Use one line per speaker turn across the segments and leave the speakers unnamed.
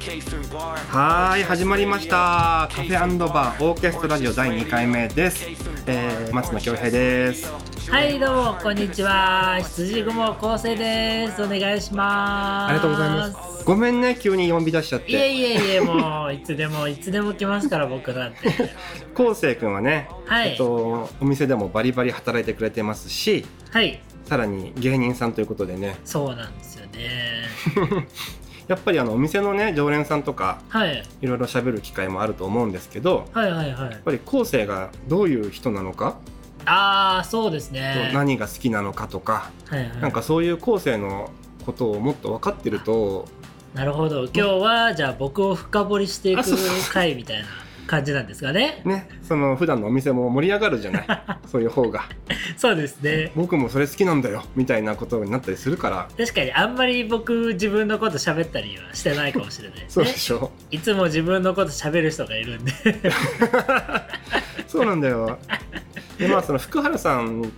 はい始まりましたカフェバーオーケストラジオ第2回目です、えー、松野恭平です
はい、どうも、こんにちは。羊雲構成です。お願いしま
あ
す。
りがとうございますごめんね急に呼び出しちゃっ
いえ
て
いえい え、もう、いつでも、いつでも来ますから、僕なんて。
こうせいくんはね、
はい
えっとお店でもバリバリ働いてくれてますし
はい、
さらに芸人さんということでね
そうなんですよね。
やっぱりあのお店のね常連さんとか
はい、
いろいろ喋る機会もあると思うんですけど
はい、はい、はい
やっ。ぱり後世がどういう人なのか、
ああ、そうですね。
何が好きなのかとか、
はい、はい。
なんかそういう後世のことをもっと分かってると
なるほど。今日は、じゃあ、僕を深掘りしてい
あ
く
そうそう
回みたいな感じなんですかね。
ねその普段のお店も盛り上がるじゃ ないそういう方が
そうですね。
僕もそれ好きなんだよみたいなことになったりするから
確かにあんまり僕自分のこと喋ったりはしてないかもしれないです
そう
ね
で。しょ
いつも自分のこと喋る人がいるんで。
そうなんだよでまあその福原さん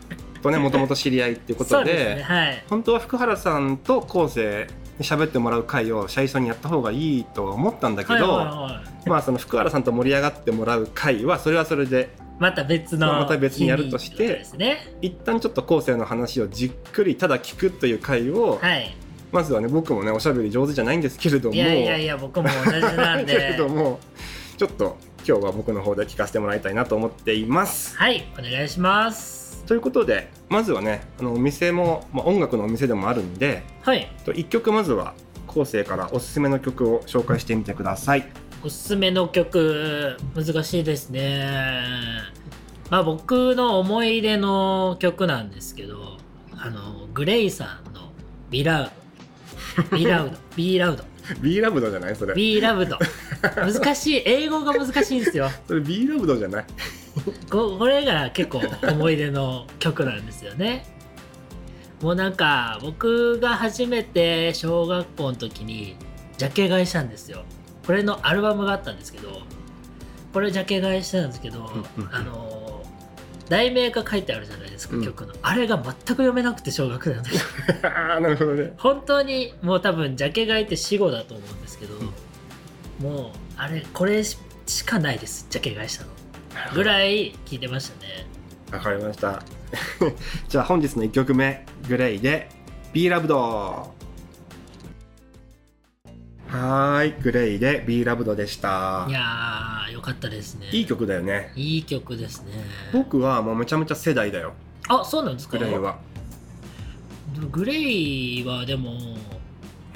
とねもともと知り合いっていうこ
そ
と
う
で
ですね、はい。
本当は福原さんと後世に喋ってもらう回を最初にやった方がいいと思ったんだけど、
はいはいはい
まあその福原さんと盛り上がってもらう回はそれはそれで
また別の
まあまた別にやるとして
日にですね
一旦ちょっと後世の話をじっくりただ聞くという回を、
はい
まずはね僕もねおしゃべり上手じゃないんですけれども
いやいやいや僕も同じなん
けれ
で
ど もちょっと今日は僕の方で聞かせてもらいたいなと思っています。
はいお願いします
ということでまずはねあのお店も、まあ、音楽のお店でもあるんで
はい
1曲まずは後世からおすすめの曲を紹介してみてください。
おすすめの曲難しいですねまあ僕の思い出の曲なんですけどあのグレイさんの「ビラウド」「ビラウド」「ビラウド」
B ラブドじゃないそ
「
れ。
ビラ ウド」難しい英語が難しいんですよ
それ B ラブドじゃない
ここれが結構思い出の曲なんですよねもうなんか僕が初めて小学校の時にジャケ買いしたんですよこれのアルバムがあったんですけどこれジャケ買いしたんですけど、
うんうん
あの題名が書いてあるじゃないですか、
うん
曲のあれが全く読めなくて小学生の時
あーなるほどね。
本当にもう多分ジャケ買いって死語だと思うんですけど、もうあれこれししかないですジャケ買いしたのぐらい聞いてましたね
わかりました。 じゃあ本日の1曲目、グレイで B ラブド。はーい、グレイで B ラブドでした
い。やー、よかったですね。
いい曲だよね。
いい曲ですね。
僕はもうめちゃめちゃ世代だよ、
あ、そうなんですか
グレイ。は。
でもグレイはでも、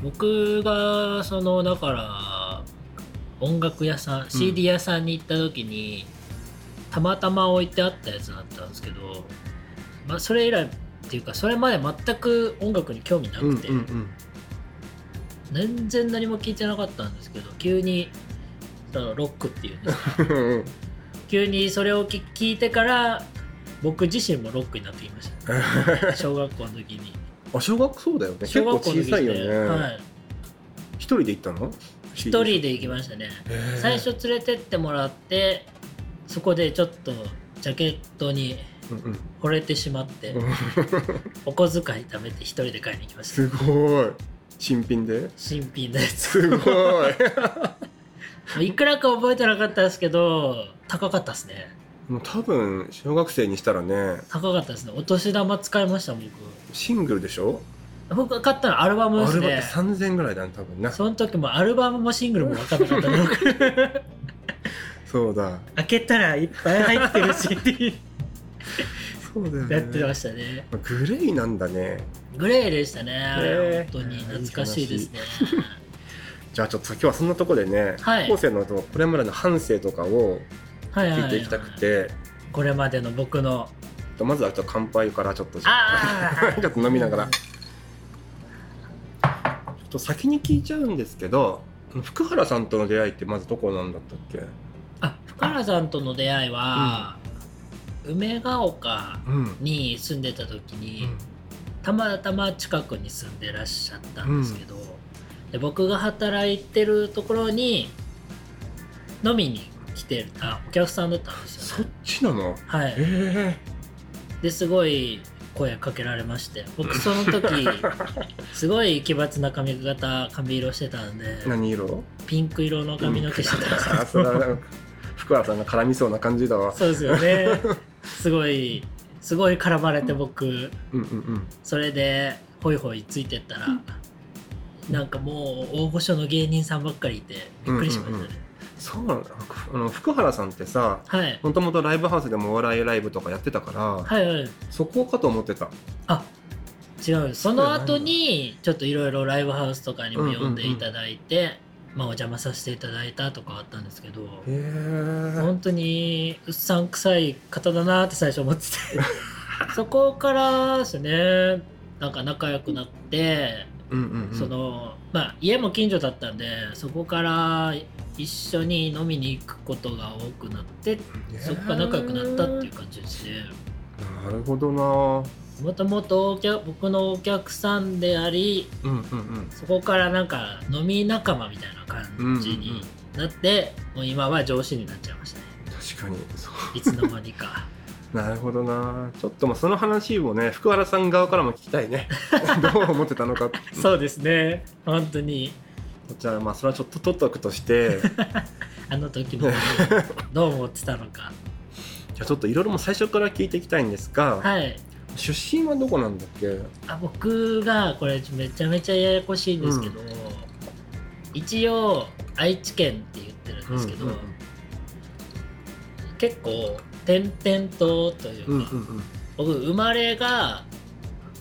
僕が、その、だから、音楽屋さん、CD 屋さんに行った時に、たまたま置いてあったやつだったんですけど、まあ、それ以来っていうか、それまで全く音楽に興味な
うんう
く
ん
て、
うん。
全然何も聞いてなかったんですけど、急に、そのロックっていうね。 急にそれをき聞いてから僕自身もロックになってきました 小学校の時に
あ、小学そうだよね。結
小
構
学校の
小
時
さいよ
ですは
ね。
い、
一人で行ったの
一
一
人で行きましたね最初連れてってもらってそこでちょっとジャケットに
うんうん
惚れてしま って、
うん
お小遣い貯めて一人で買いに行きました
すごい。新品で
新品のやつ
すごい。
いくらか覚えてなかったですけど高かったですね
もう多分、小学生にしたらね、
高かったですねお年玉使いました僕
シングルでしょ
僕が買ったのアルバムで
あ
す
れだ
ね
って3000ぐらいだね、多分な。
その時もアルバムもシングルも分かんなかったの
そうだ。
開けたらいっぱい入ってる CD
そうだよね。
やってましたね
グレイなんだね。
グレーでしたねあれ
ね
本当に懐かしいですね
じゃあちょっと今日はそんなとこでね、
はい
後世のこれまでの半生とかを
はいは
聞
い
い
は
て
い
いきたくて、
これまでの僕の
まずはちょっと乾杯からちょっと ちょ
ああ
っと飲みながら、ちょっと先に聞いちゃうんですけど、福原さんとの出会いってまずどこなんだったっけ？
あ深原さんとの出会いは、梅ヶ丘
うん。
に住んでた時に、たまたま近くに住んでらっしゃったんですけど、で僕が働いてるところに飲みに来てるあお客さんだったんです
そ
よ
っ
ね
ちなの？
はい
ええ
ですごい声かけられまして僕そ の時すごい奇抜な髪型髪色してたんで
何色
ピンク色の髪の毛してたんですけど
あそれはなんか福原さんが絡みそうな感じだわ
そうですよねすごいすごい絡まれて僕
うんうんうん
それでホイホイついてったらなんかもう大御所の芸人さんばっかりいてびっくりしまし
う
たね、
んうんうんそうなんだふあの福原さんってさ
はい
もともとライブハウスでもお笑いライブとかやってたから、
はいはい
そこかと思ってた
あ違うその後にちょっといろいろライブハウスとかにも呼んでいただいて、まあ、お邪魔させていただいたとかあったんですけど
へえ
本当にうっさんくさい方だなって最初思ってて そこからですねなんか仲良くなって
うんうん、うん、
そのまあ家も近所だったんでそこから一緒に飲みに行くことが多くなって
へー
そこから仲良くなったっていう感じですね
なるほどな
もともとお客僕のお客さんであり
うんうん
そこからなんか飲み仲間みたいな感じになって、もう今は上司になっちゃいましたね
うん確かにそ
いつの間 にか
うなるほどなちょっとまあその話をね福原さん側からも聞きたいね どう思ってたのか
そうですね本当に
じゃあまあそれはちょっと取っとくとして
あの 時のどう思ってたのか
じゃあちょっといろいろもう最初から聞いていきたいんですが、
はい
出身はどこなんだっけ
あ僕がこれめちゃめちゃややこしいんですけど、一応愛知県って言ってるんですけど、
うんうん
結構点々とというか、
うんうん
僕生まれが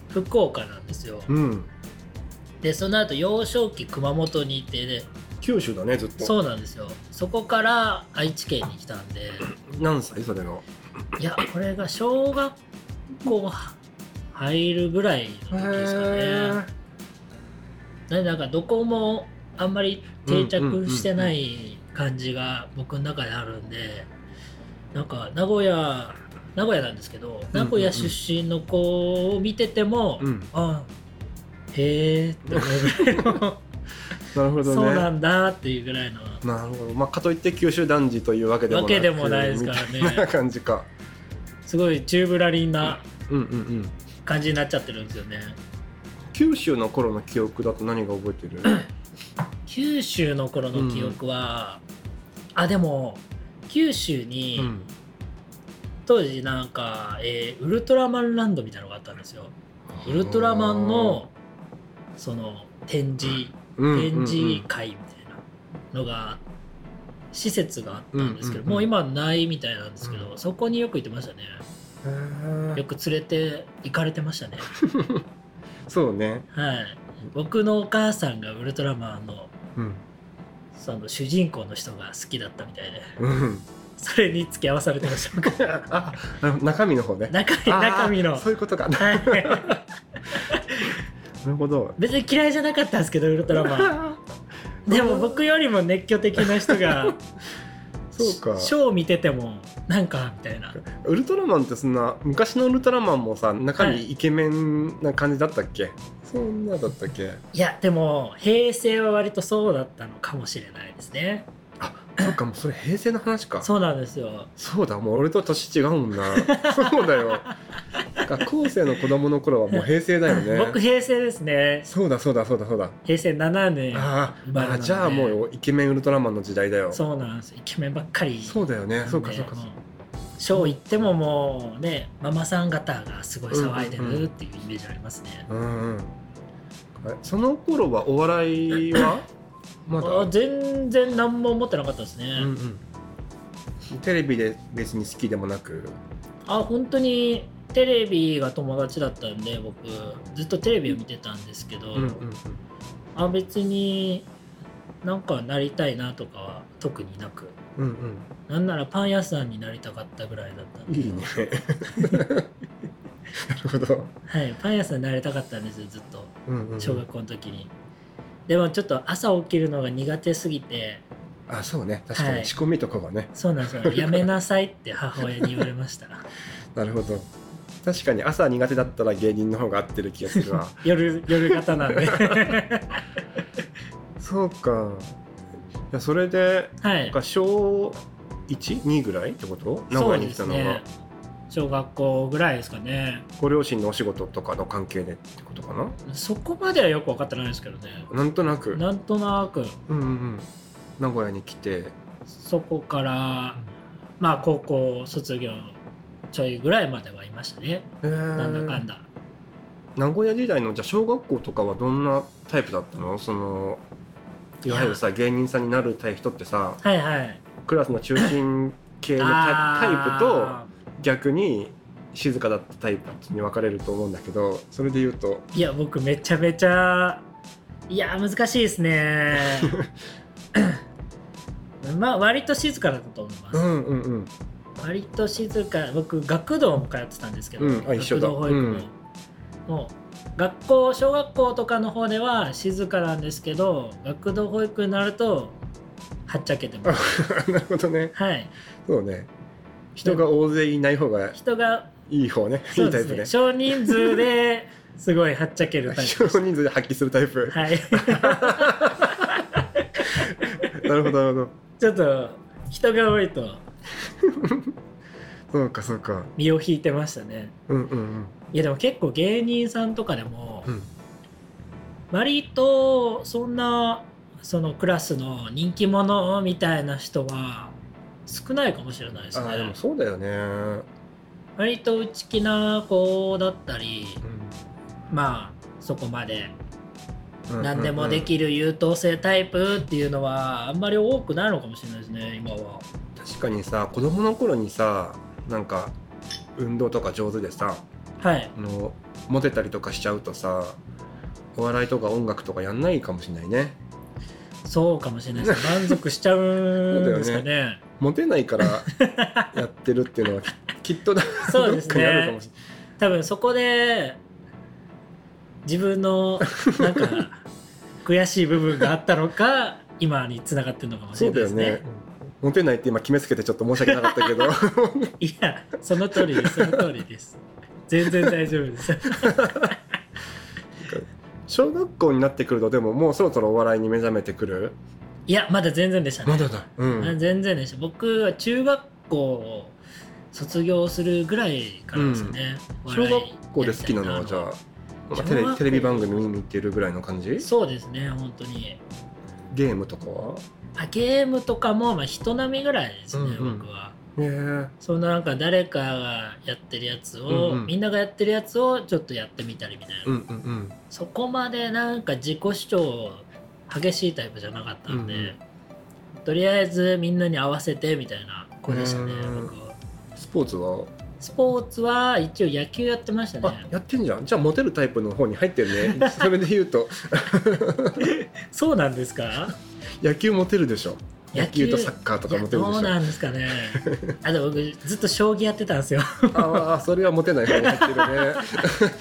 福岡なんですよ、
うんうん
でその後幼少期熊本にいてで
九州だねずっと
そうなんですよそこから愛知県に来たんで
何歳それの
いやこれが小学校入るぐらいの時ですかねなんでなんかどこもあんまり定着してない感じが僕の中であるんでなんか名古屋名古屋なんですけど名古屋出身の子を見てても、
うん
あへえって思
なるほ
うぐらいの
どね
そうなんだっていうぐらいの
なるほどまあかといって九州男児というわけでもなく
わけでもないですからね
みたいな感じか
すごいチューブラリンな
うんうんうん
感じになっちゃってるんですよね
九州の頃の記憶だと何が覚えて る
九州の頃の記憶は、あでも九州に、
うん
当時なんか、えーウルトラマンランドみたいなのがあったんですよウルトラマンのその展示展示会みたいなのが施設があったんですけど、
うんうんうん
もう今はないみたいなんですけど、
うん
そこによく行ってましたね
うんうんうんへー
よく連れて行かれてましたね
そうね
はい僕のお母さんがウルトラマンの
うん
その主人公の人が好きだったみたいで
うん
それに付き合わされてました僕
ああの中身の方ね
中身中身の
あーそういうことか な
はい
るほど
別に嫌いじゃなかったんですけどウルトラマンでも僕よりも熱狂的な人が
そうか
ショーを見ててもなんかみたいな
ウルトラマンってそんな昔のウルトラマンもさ中
は
身
い
イケメンな感じだったっけ、そんなだったっけ
いやでも平成は割とそうだったのかもしれないですね
そっかもうそれ平成の話か
そうなんですよ
そうだもう俺と年違うもんなそうだ よ学校生の子供の頃はもう平成だよね
僕平成ですね
そうだそうだそうだそうだ
平成7年
あ
生
ー
まれな
あー
んで
じゃあもうイケメンウルトラマンの時代だよ
そうなんですイケメンばっかり
そうだよねそうかそうか
も
そう
ショー行ってももうねママさん方がすごい騒いでるっていうイメージありますね、
かうんうんえその頃はお笑い はまだ
あ全然何も思ってなかったですね、
うんうん、テレビで別に好きでもなく
あ本当にテレビが友達だったんで僕ずっとテレビを見てたんですけど、あ別になんかなりたいなとかは特になく
うん
なんならパン屋さんになりたかったぐらいだったんで
いい ねなるほど、
はい、パン屋さんになりたかったんですよずっと
うんうん
小学校の時に、でもちょっと朝起きるのが苦手すぎて
あそうね確か
は
に
い
仕込みとかはね、
そうなんですよやめなさいって母親に言われま した
なるほど確かに朝苦手だったら芸人の方が合ってる気がする わ
夜夜型な んで
そうかいやそれで
はい
なんか小12ぐらいってこと名古
そ
屋
う
に
で
来
す
たのは
ね小学校ぐらいですかね
ご両親のお仕事とかの関係でってことかな
そこまではよく分かってないですけどね
なんとなく
なんとなく
うんうんうん名古屋に来て
そこからまあ高校卒業ちょいぐらいまではいましたねな
なん
だかんだ
名古屋時代のじゃあ小学校とかはどんなタイプだったのそのいわゆるさ芸人さんになるたい人ってさ
はいはい
クラスの中心系のタイタイプと
あ
逆に静かだったタイプに分かれると思うんだけどそれで言うと
ーいや僕めちゃめちゃいや難しいで すねまあ割と静かだったと思います、
うんうんうん
割と静か僕学童も通ってたんですけど、
うんあ一緒
学
だ
童保育も、もう学校小学校とかの方では静かなんですけど学童保育になるとはっちゃけてます
なるほどね
はい
そうね人が大勢いない方が
人が
いい方ね
そ
いういタ
で
イ
す
プ
ね
ね
少人数 ですごいはっちゃけるタイプ
少人数で発揮するタイプ
はい
なるほどなるほど
ちょっと人が多いと
そうかそうか
身を引いてましたね
うんうんうん
いやでも結構芸人さんとかでも、
うん
割とそんなそのクラスの人気者みたいな人は少ないかもしれないです
あーでも
ね
そうだよねうん
割と内気な子だったりまあそこまで
うんうん
何でもできる優等生タイプっていうのはあんまり多くないのかもしれないですね今は
確かにさ子供の頃にさなんか運動とか上手でさ
はい
あのモテたりとかしちゃうとさお笑いとか音楽とかやんないかもしれないね
そうかもしれないですね満足しちゃうんですかね
モテないから やってるっていうのはききっとだ
そうですね
どっかにあるかもし
多分そこで自分のなんか悔しい部分があったのか今に繋がってるのかもし
そ
れ
う
ない
だ
で
よ
す
ね
ね。
モテないって今決めつけてちょっと申し訳なかったけど
いやその通りですその通りです。全然大丈夫です。
小学校になってくるとでももうそろそろお笑いに目覚めてくる
いやまだ全然でしたね。
まだだうん
あ全然でした。僕は中学校を卒業するぐらいからですね。
小学校で好きなのはじゃあまあテレ
小学校
テレビ番組見てるぐらいの感じ
そうですね本当に。
ゲームとかは
あゲームとかもまあ人並みぐらいですね、
うんうん
僕は。
ねえ
そのなんか誰かがやってるやつを、
うんうん
みんながやってるやつをちょっとやってみたりみたいな、
うんうんうん
そこまでなんか自己主張激しいタイプじゃなかったんで、
うんうん
とりあえずみんなに合わせてみたいな子でしたね、
うん
僕は
スポーツは
スポーツは一応野球やってました
あ
ね
やってんじゃんじゃあモテるタイプの方に入ってるね それで言うと
そうなんですか
野球モテるでしょ
野
野
球
球とサッカーとかモテる
い
で
やどう
しょ
なんですかね あと僕ずっと将棋やってたんですよ
ああそれはモテない方に入ってるね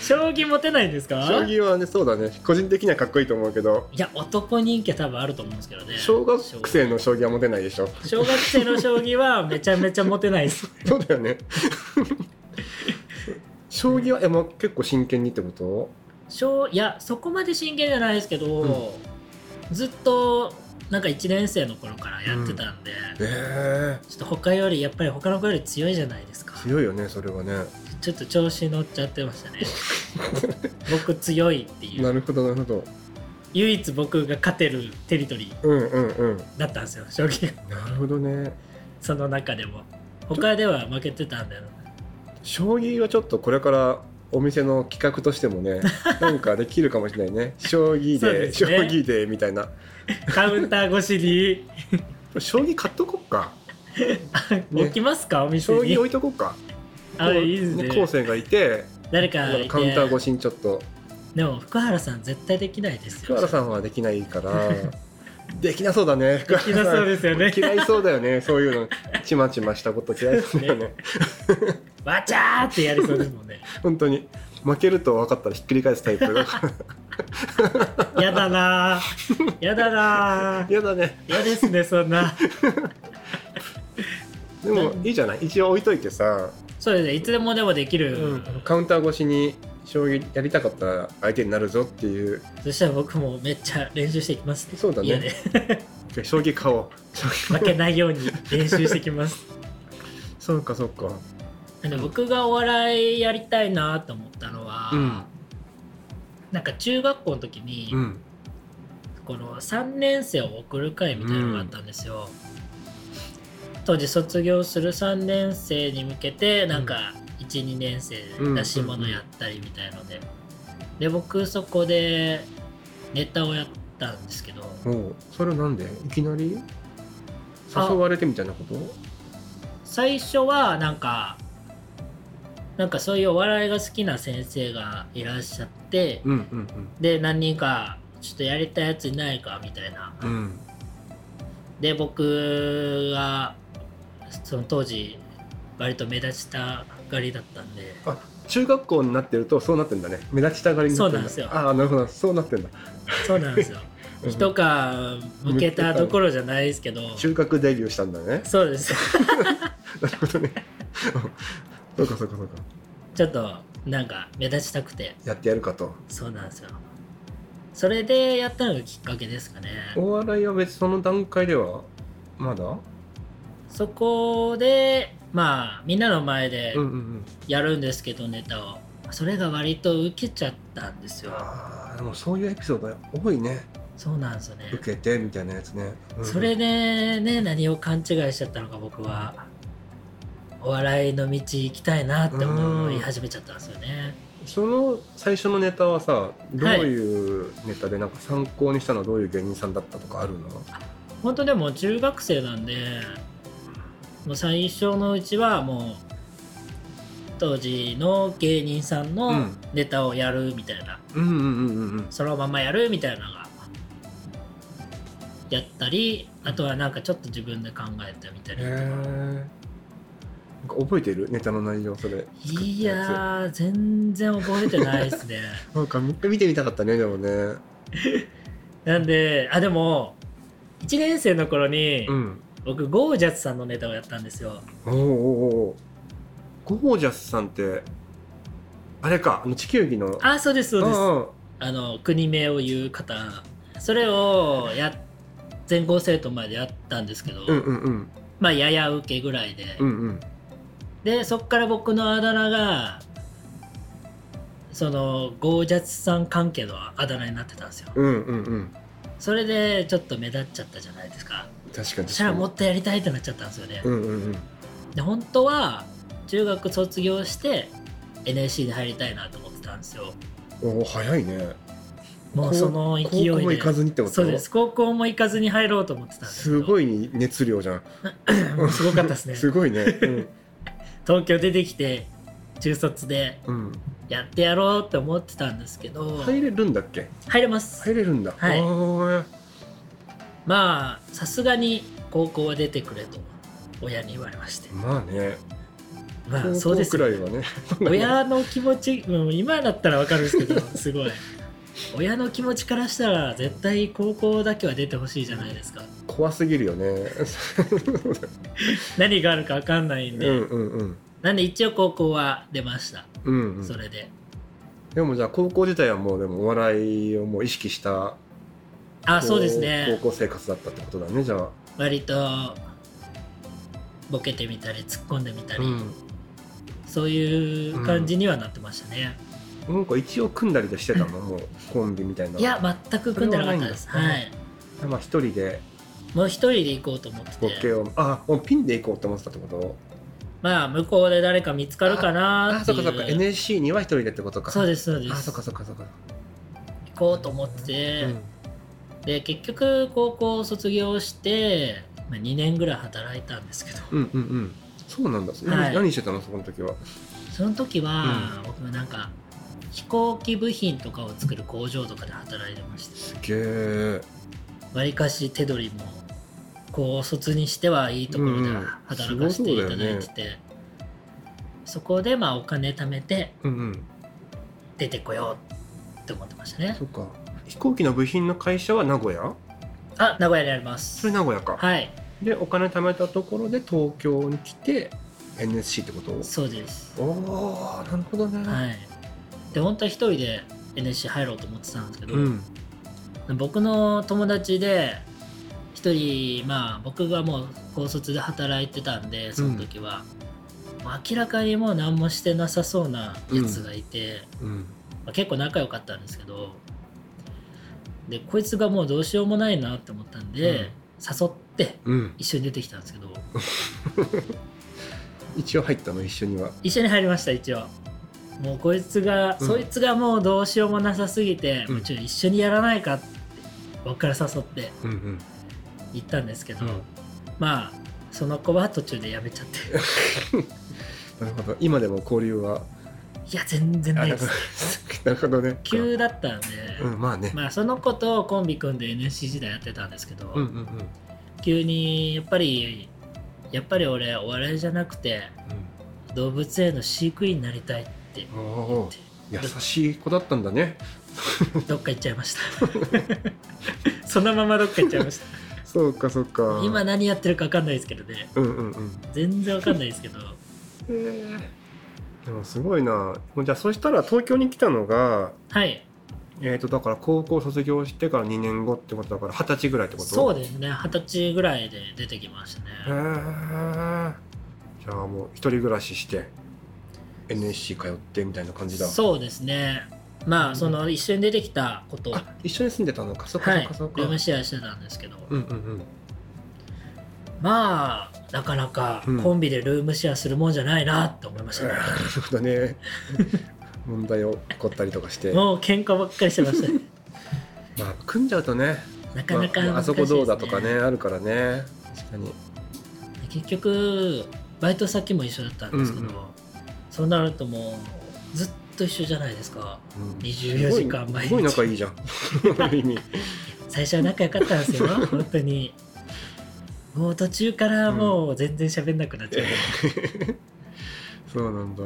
将棋持てないんですか
将棋はねそうだね個人的にはかっこいいと思うけど
いや男人気は多分あると思うんですけどね
小学生の将棋はモテないでしょ
小学生の将棋はめちゃめちゃモテないです。
そうだよね将棋はえもう結構真剣にってこと
小いやそこまで真剣じゃないですけど、ずっとなんか1年生の頃からやってたんで、ちょ
ええ
っと他よりやっぱり他の子より強いじゃないですか
強いよねそれはね
ちょっと調子乗っちゃってました ね僕強いってい
な
う
るほどなるほど
唯一僕が勝てるテリトリ
うんうんうん
ーだったんですよ将棋が
なるほどね
その中でも他では負けてたんだよ
将棋はちょっとこれからお店の企画としても ねなんかできるかもしれないね将棋
そう
で
です
将
ね
棋でみたいな
カウンター越しに
将棋買っとこっか
置きますかお店
将棋
に
置いとこっか
あいいです
こ
ね
う後世がいて
誰かいて
カウンター越しにちょっと
でも福原さん絶対できないですよ。
福原さんはできないからできなそうだね福
できな
原さ
そうんですよね。
嫌いそうだよねそういうのちまちましたこと嫌いそう だよね
わちゃーってやりそうですもんね。
本当に負けると分かったらひっくり返すタイプだ から
やだなー。やだなー。
嫌だね
やですね、そんな。
でもいいじゃない一応置いといてさ
そうですね、いつでもでもできる。
カウンター越しに将棋やりたかったら相手になるぞっていう
そしたら僕もめっちゃ練習していきます、
そうだね
家で
将棋買おう将棋
負けないように練習してきます。
そうかそうか
あの僕がお笑いやりたいなと思ったのは、
うん
なんか中学校の時に、
うん
この3年生を送る会みたいなのがあったんですよ、当時卒業する3年生に向けてなんか12年生出し物やったりみたいので、で僕そこでネタをやったんですけど
おうそれはなんでいきなり
あ
誘われてみたいなこと
最初はなんかなんかそういうお笑いが好きな先生がいらっしゃって、
うんうん
で何人かちょっとやりたいやついないかみたいな
うんうん
で僕がその当時割と目立ちたがりだった んで
あ中学校になってるとそうなってんだね目立ちたがりになってんだ
そうなんです
ああなるほどそうなってんだ
そうなんですよ
うん
一皮向けたところじゃないですけど
中学デビューしたんだね
そうです
なるほどね そうかそうかそうか
ちょっとなんか目立ちたくて
やってやるかと
そうなんですよそれでやったのがきっかけですかね
お笑いは別にその段階ではまだ
そこでまあみんなの前で
うんうんうん
やるんですけどネタをそれが割と受けちゃったんですよ
ああでもそういうエピソード多いね
そうなんですよね
受けてみたいなやつね、うん
それでね何を勘違いしちゃったのか僕はお笑いの道行きたいなって思い始めちゃったんですよね
その最初のネタはさどういうネタでなんか参考にしたのはどういう芸人さんだったとかあるの、
本当でも中学生なんでもう最初のうちはもう当時の芸人さん
う
の
ん
ネタをやるみたいな、
うんうんうんうんうん
そのままやるみたいなのがやったりあとはなんかちょっと自分で考えてみた
へ
りとか
え覚えてるネタの内容それ
いやー全然覚えてないですね
なんかもう一回見てみたかったねでもね
なんで、あ、でも、1年生の頃に、
うん
僕、ゴージャスさんのネタをやったんですよ。
おーおーおーゴージャスさんってあれかあの地球儀の
あ、そうです、そうで
ん
す。
ん
あの、国名を言う方。それを、や、全校生徒までやったんですけど、
うんうんうん
まあ、やや受けぐらいで。
うんうん
で、そっから僕のあだ名が、その、ゴージャスさん関係のあだ名になってたんですよ。
うんうんうん
それで、ちょっと目立っちゃったじゃないですか。
確かに
そしたら、もっとやりたいってなっちゃったんですよね。
うんうん
で本当は中学卒業して NSC に入りたいなと思ってたんですよ
うんおお早いね
もうその勢い
高校も
で
行かずにってこと
そうです高校も行かずに入ろうと思ってたんです
ご
い
い熱量じゃん
すごかったですね
すごいねうん
東京出てきて中卒で
うん
やってやろうって思ってたんですけど
入れるんだっけ
入れます、
入れるんだ
はい
い
まあさすがに高校は出てくれと親に言われまして
まあね
まあ
高
そう
校
です
く
よ
らいはね
親の気持ち、うん、今だったらわかるんですけど すごい親の気持ちからしたら絶対高校だけは出てほしいじゃないですか
怖すぎる よね
何があるかわかんないん
う
で、
んうんうん
なんで一応高校は出ました、
うんうん
それで
でもじゃあ高校自体はもうでもお笑いをもう意識した
あそうですね
高校生活だったってことだねじゃあ
割とボケてみたり突っ込んでみたり、
うん
そういう感じにはなってましたね、
なんか一応組んだりで してたのもうコンビみたいない
や全く組んでなかったです
それは
は
ない
い
まあ一人で
もう一人で行こうと思って
ボケ
て
をあもうピンで行こうって思ってたってこと
まあ向こうで誰か見つかるかな
あ
って
そっ
い
か
う
そっか NSC には一人でってことか
そうですそうです
あそっかそっかそっか
行こうと思ってて、
うん
で結局高校を卒業して、まあ、2年ぐらい働いたんですけど
うんうんうんそうなんだ、
は
何
い
何してたのそこの時は
その時は、僕もなんか飛行機部品とかを作る工場とかで働いてました
すげえ
わりかし手取りも高卒にしてはいいところで
うん
は働かせていただいてて、そこでまあお金貯めて
うんうん
出てこようって思ってましたね
そっか飛行機の部品の会社は名古屋
あ名古屋にあります
それ名古屋か、
はい
でお金貯めたところで東京に来て NSC ってこと
そうです
おおなるほどね、
はいで本当は一人で NSC 入ろうと思ってたんですけど、
うん
僕の友達で一人まあ僕がもう高卒で働いてたんでその時は、まあ明らかにもう何もしてなさそうなやつがいて、
うん
まあ、結構仲良かったんですけどでこいつがもうどうしようもないなって思ったんで、
うん
誘って
うん
一緒に出てきたんですけど
一応入ったの一緒には
一緒に入りました一応もうこいつが、
うん
そいつがもうどうしようもなさすぎて、
うん
もうちょっと一緒にやらないかって僕から誘って
うんうん
行ったんですけど、
うん
まあその子は途中でやめちゃって
なるほど今でも交流はい
や全然
あ
ない
な
で
るほ
す
どなるほどね
急だったんで、
うんまあね
まあその子とコンビ組んで NSC 時代やってたんですけど、
うんうんうんうん
急にやっぱりやっぱり俺お笑いじゃなくて動物園の飼育員になりたいって
おおー優しい子だったんだね
どっか行っちゃい ましたそのままどっか行っちゃいました
そうかそうか
今何やってるか分かんないですけどね
うんうんうん
全然分かんないで すけど
でもすごいなじゃあそしたら東京に来たのが
はい
えっ、とだから高校卒業してから2年後ってことだから二十歳ぐらいってこと
そう
で
ですね二十歳ぐらいで出てきました
へ
ね
えじゃあもう一人暮らしして NSC 通ってみたいな感じだ
そうですねまあその一緒に出てきたことは
あ一緒に住んでたのかそっかそっ
い
かそっか、
ルームシェアしてたんですけど
うんうん
まあなかなか
うん
コンビでルームシェアするもんじゃないなって思いましたね、
なるほどね 問題を起こったりとかしてま
もう喧嘩ばっかりしてましたね
あ組んじゃうとね
なかなか難しいです、ね
まあ、あそこどうだとかねあるからね確かに
結局バイト先も一緒だったんですけど、
うんうん
そうなるともうずっと一緒じゃないですか
うん
24時間毎
すごい
日
すごい仲いいじゃん ある意味
最初は仲良かったん ですよ本当にもう途中からもう全然喋んなくなっちゃう、
そうなんだ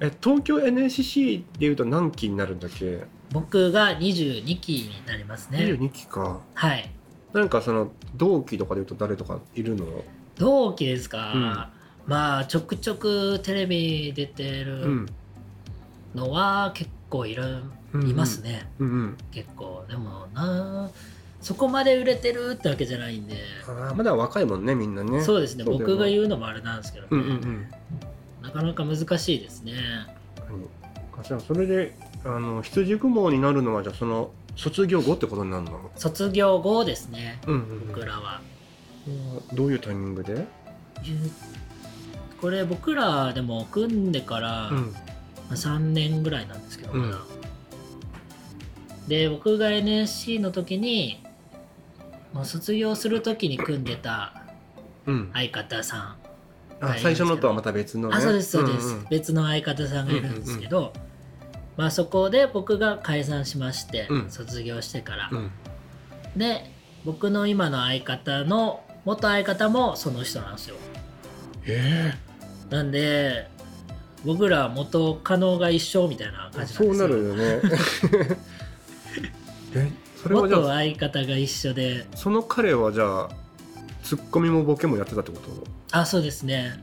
え東京 NSC でいうと何期になるんだっけ
僕が22期になりますね
22期か
はい
なんかその同期とかでいうと誰とかいるの
同期ですか、まあちょくちょくテレビ出てるのは結構いる、いますね、
うんうん
結構でもなそこまで売れてるってわけじゃないんで、
あーまだ若いもんねみんなね
そうですね
そうだよね
僕が言うのもあれなんですけどね、
うんうんうん
なかなか難しいですね
はいじゃあそれであの羊雲になるのはじゃあその卒業後ってことになるの
卒業後ですね
うんうんうん
僕らは、
どういうタイミングで
ゆこれ僕らでも組んでから
うん
3年ぐらいなんですけど
うん
まだ、で僕が NSC の時にもう卒業する時に組んでた
うん
相方さん
あ最初のとはまた別のね
あそうですそうです、
んん
別の相方さんがいるんですけど、まあ、そこで僕が解散しまして、
うん
卒業してから、
うん
で僕の今の相方の元相方もその人なんですよ
え
なんで僕ら元カノが一緒みたいな
え
感じな
そ
んで
う
す
な
よ
るよね えそれはじ
元
ゃあ
相方が一緒で
その彼はじゃあツッコミもボケもやってたってこと
あそうですね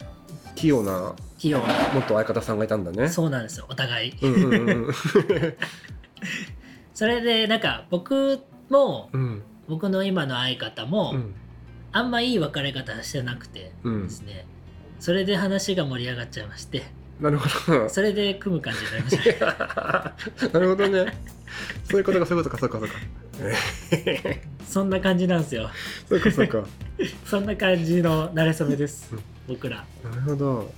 器用な
器用な
元相方さんがいたんだね
そうなんですよお互い
うんうんうん
それでなんか僕も
うん
僕の今の相方も、
うん
あんまいい別れ方してなくて
うん
ですね、それで話が盛り上がっちゃいまして
なるほど
それで組む感じになりましたね
なるほどね。そういうことか、そういうことか、そうか、そうか。
そんな感じなんですよ
そうか、そうか。
そんな感じの慣れ初めです
うん
僕ら
なるほど。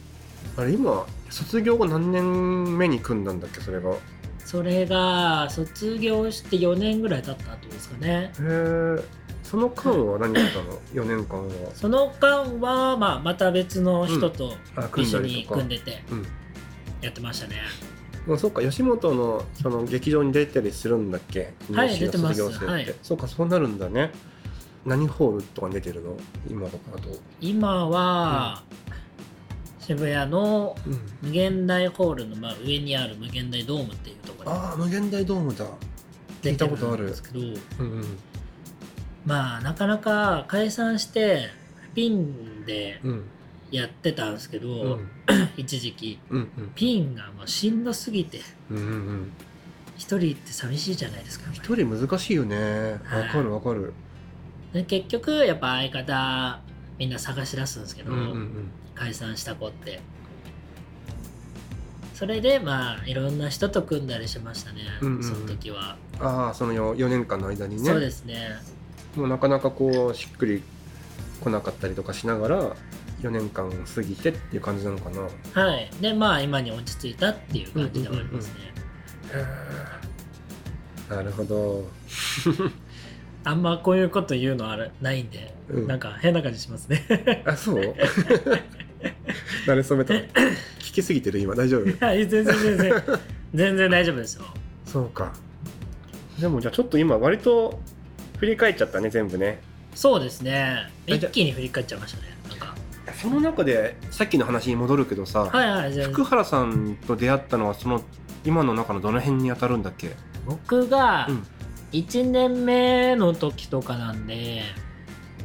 あれ、今、卒業後何年目に組んだんだっけ、それが。へ
それが卒業して4年ぐらい経った後ですかね
え。その間は何だった の ?4 年間は。
その間は、まあ、また別の人と
あ、組ん
一緒
だ
に
りと
組
か
ん。でて
うん。
やってましたね、
まあ、そうか、吉本の、その劇場に出たりするんだっけ。
はい
入試の
出てます
卒業生って
はい
そうか、そうなるんだね。何ホールとかに出てるの今とかだと。
今は、渋谷の
うん。
無限大ホールの、まあ、上にある無限大ドームっていうところに
ああ、無限大ドームだ。聞いたことある
出てんですけ
う
ど
んうん。
まあなかなか解散してピンで
うん。
やってたんですけど、
うん。
一時期
うんうん。
ピンがもうしんどすぎて
うんうんうん
一人って寂しいじゃないですか
一人難しいよね
はい
わかるわかる
で結局やっぱ相方みんな探し出すんですけど、
うんうん
解散した子ってそれでまあいろんな人と組んだりしましたね、
うんうんうん
その時は、
ああその 4, 4年間の間にね
そうですね
もうなかなかこうしっくり来なかったりとかしながら4年間過ぎてっていう感じなのかなへ
はいでまあ今に落ち着いたっていう感じではありますね、
えなるほど
あんまこういうこと言うのあるないんで、
うん
なんか変な感じしますね
あそう慣れ染めた聞きすぎてる今大丈夫
はい全然全然全然大丈夫ですよ
そうかでもじゃあちょっと今割と振り返っちゃったね全部ね
そうですね
えじ
一
ゃあ
気に振り返っちゃいましたねなんか
その中でさっきの話に戻るけどさ、
はいはい全
福
然
原さんと出会ったのはその今の中のどの辺に当たるんだっけ
僕が
うん
1年目の時とかなんで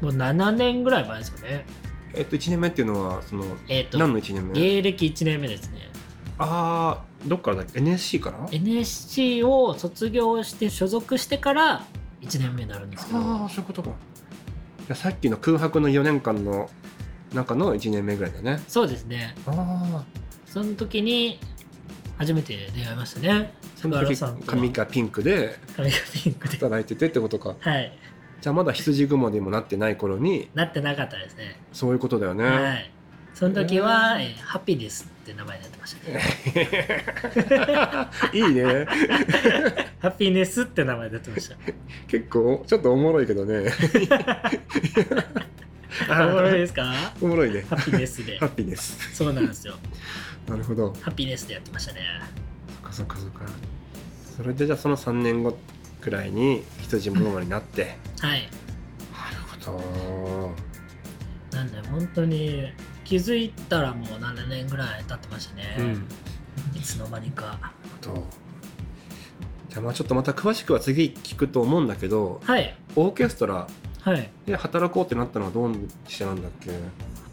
もう7年ぐらい前ですよね
えっと1年目っていうのはその
えっ、と
何の1年目
芸歴1年目ですね
ああどっからだっけ NSC から
NSC を卒業して所属してから1年目になるんですけ
あ
ど
あそういうことかじゃあさっきの空白の4年間の中の1年目ぐらいだね
そうですね
ああ
その時に初めて出会いましたね
そ
菅
の
原
時
さんと
髪がピンクで
髪がピンクで
働いててってことか
はい
じゃあまだ羊雲にもなってない頃に
なってなかったですね、
そういうことだよね、
はいその時は、
えー
えーハピネスって名前になってました ね
い、いね
ハピネスって名前になって ました
結構ちょっとおもろいけど ねあ
おもろ
ー
いですか
おもろいね
ハピネスで
ハッピーです
そうなんですよ
なるほど
ハピネスでやってましたね
そっかそっかそっかそれでじゃあその3年後くらいに羊雲になって
はい
なるほ
なんで本当に気づいたらもう7年ぐらい経ってましたね、
どうん
いつの間にか
とじゃあまあちょっとまた詳しくは次聞くと思うんだけど
はい
オーケストラ
はい
で働こうってなったのはどうしてなんだっけ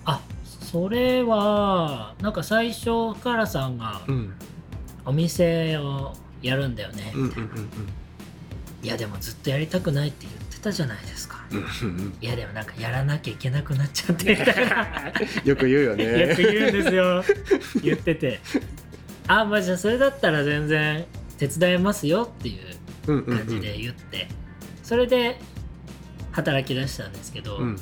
あそれはなんか最初福原さんが
ん
お店をやるんだよね、
うんうんうん
いやでもずっとやりたくないって言ってたじゃないですか、
うんうんうん
いやでもなんかやらなきゃいけなくなっちゃってみたいな
よく 言うよ
よく
ね
言うんですよ言っててあまあじゃあそれだったら全然手伝えますよっていう
うんうんうん
感じで言って、それで働き出したんですけど、
うんうんうん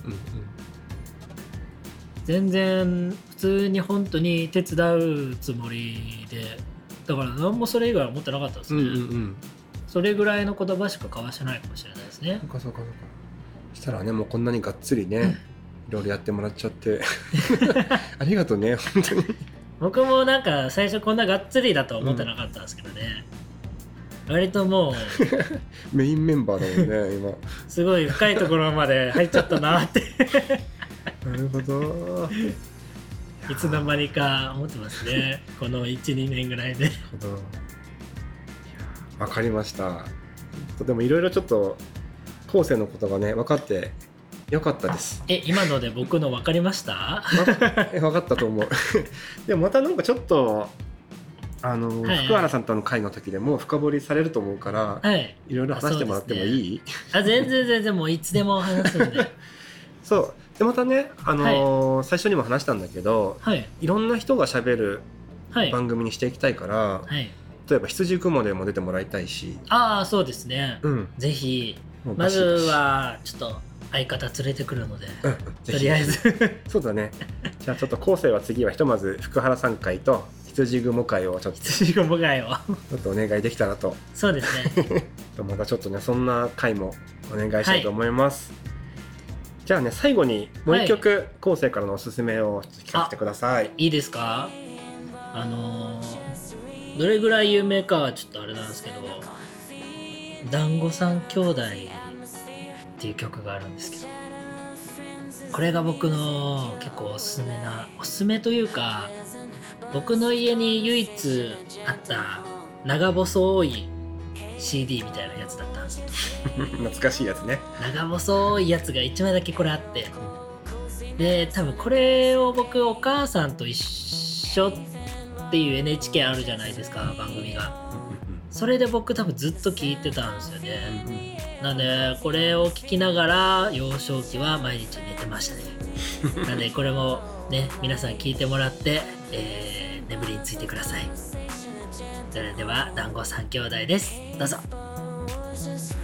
全然普通に本当に手伝うつもりでだから何もそれ以外は思ってなかったです
う
ね、
んうんうん
それぐらいの言葉しか交わしてないかもしれないですね
そうかそうかそうかしたらねもうこんなにがっつりねいろいろやってもらっちゃって ありがとうね本当に
僕もなんか最初こんながっつりだとは思ってなかったんですけどね、割とも う
メインメンバーだもんね今
すごい深いところまで入っちゃったなって
なるほど
いつの間にか思ってますねこの12年ぐ らいで
なるほどわかりましたでもいろいろちょっと後世のことがね分かってよかったです
え今ので僕の分かりました
分かったと思う でもまたなんかちょっとあの、
はい
福原さんとの会の時でも深掘りされると思うから
はい
いろいろ話してもらってもいい
あ全然全然もういつでも話すんで
そうでまたね、あのー最初にも話したんだけど
はい
いろんな人がしゃべる
はい
番組にしていきたいから、
はい
例えば「羊雲でも出てもらいたいし、
ああそうですね、
うん、
ぜひ
もう
ま
バシ
ず
バシ、
はちょっと相方連れてくるので
うんうんぜ
と
ひ
りあえず
そうだね。じゃあちょっと後世は次はひとまず福原さん会と羊雲会をちょっと
羊雲がい
ち
を
ょっとお願いできたらと。
そうですね
またちょっとね、そんな回もお願いしたいと思います。じゃあね、最後にもう一曲、後世からのおすすめをちょっと聞かせてください。
いいですかあのーどれぐらい有名かはちょっとあれなんですけど「団子さん兄弟」っていう曲があるんですけどこれが僕の結構おすすめなおすすめというか僕の家に唯一あった長細い CD みたいなやつだったんですよ
懐かしいやつ ね。
長細いやつが1枚だけこれあってで多分これを僕お母さんと一緒っていう NHK あるじゃないですか番組がそれで僕多分ずっと聞いてたんですよねなんでこれを聞きながら幼少期は毎日寝てました ねなんでこれもね皆さん聞いてもらって、えー眠りについてください
それでは団子三兄弟ですどうぞ
was just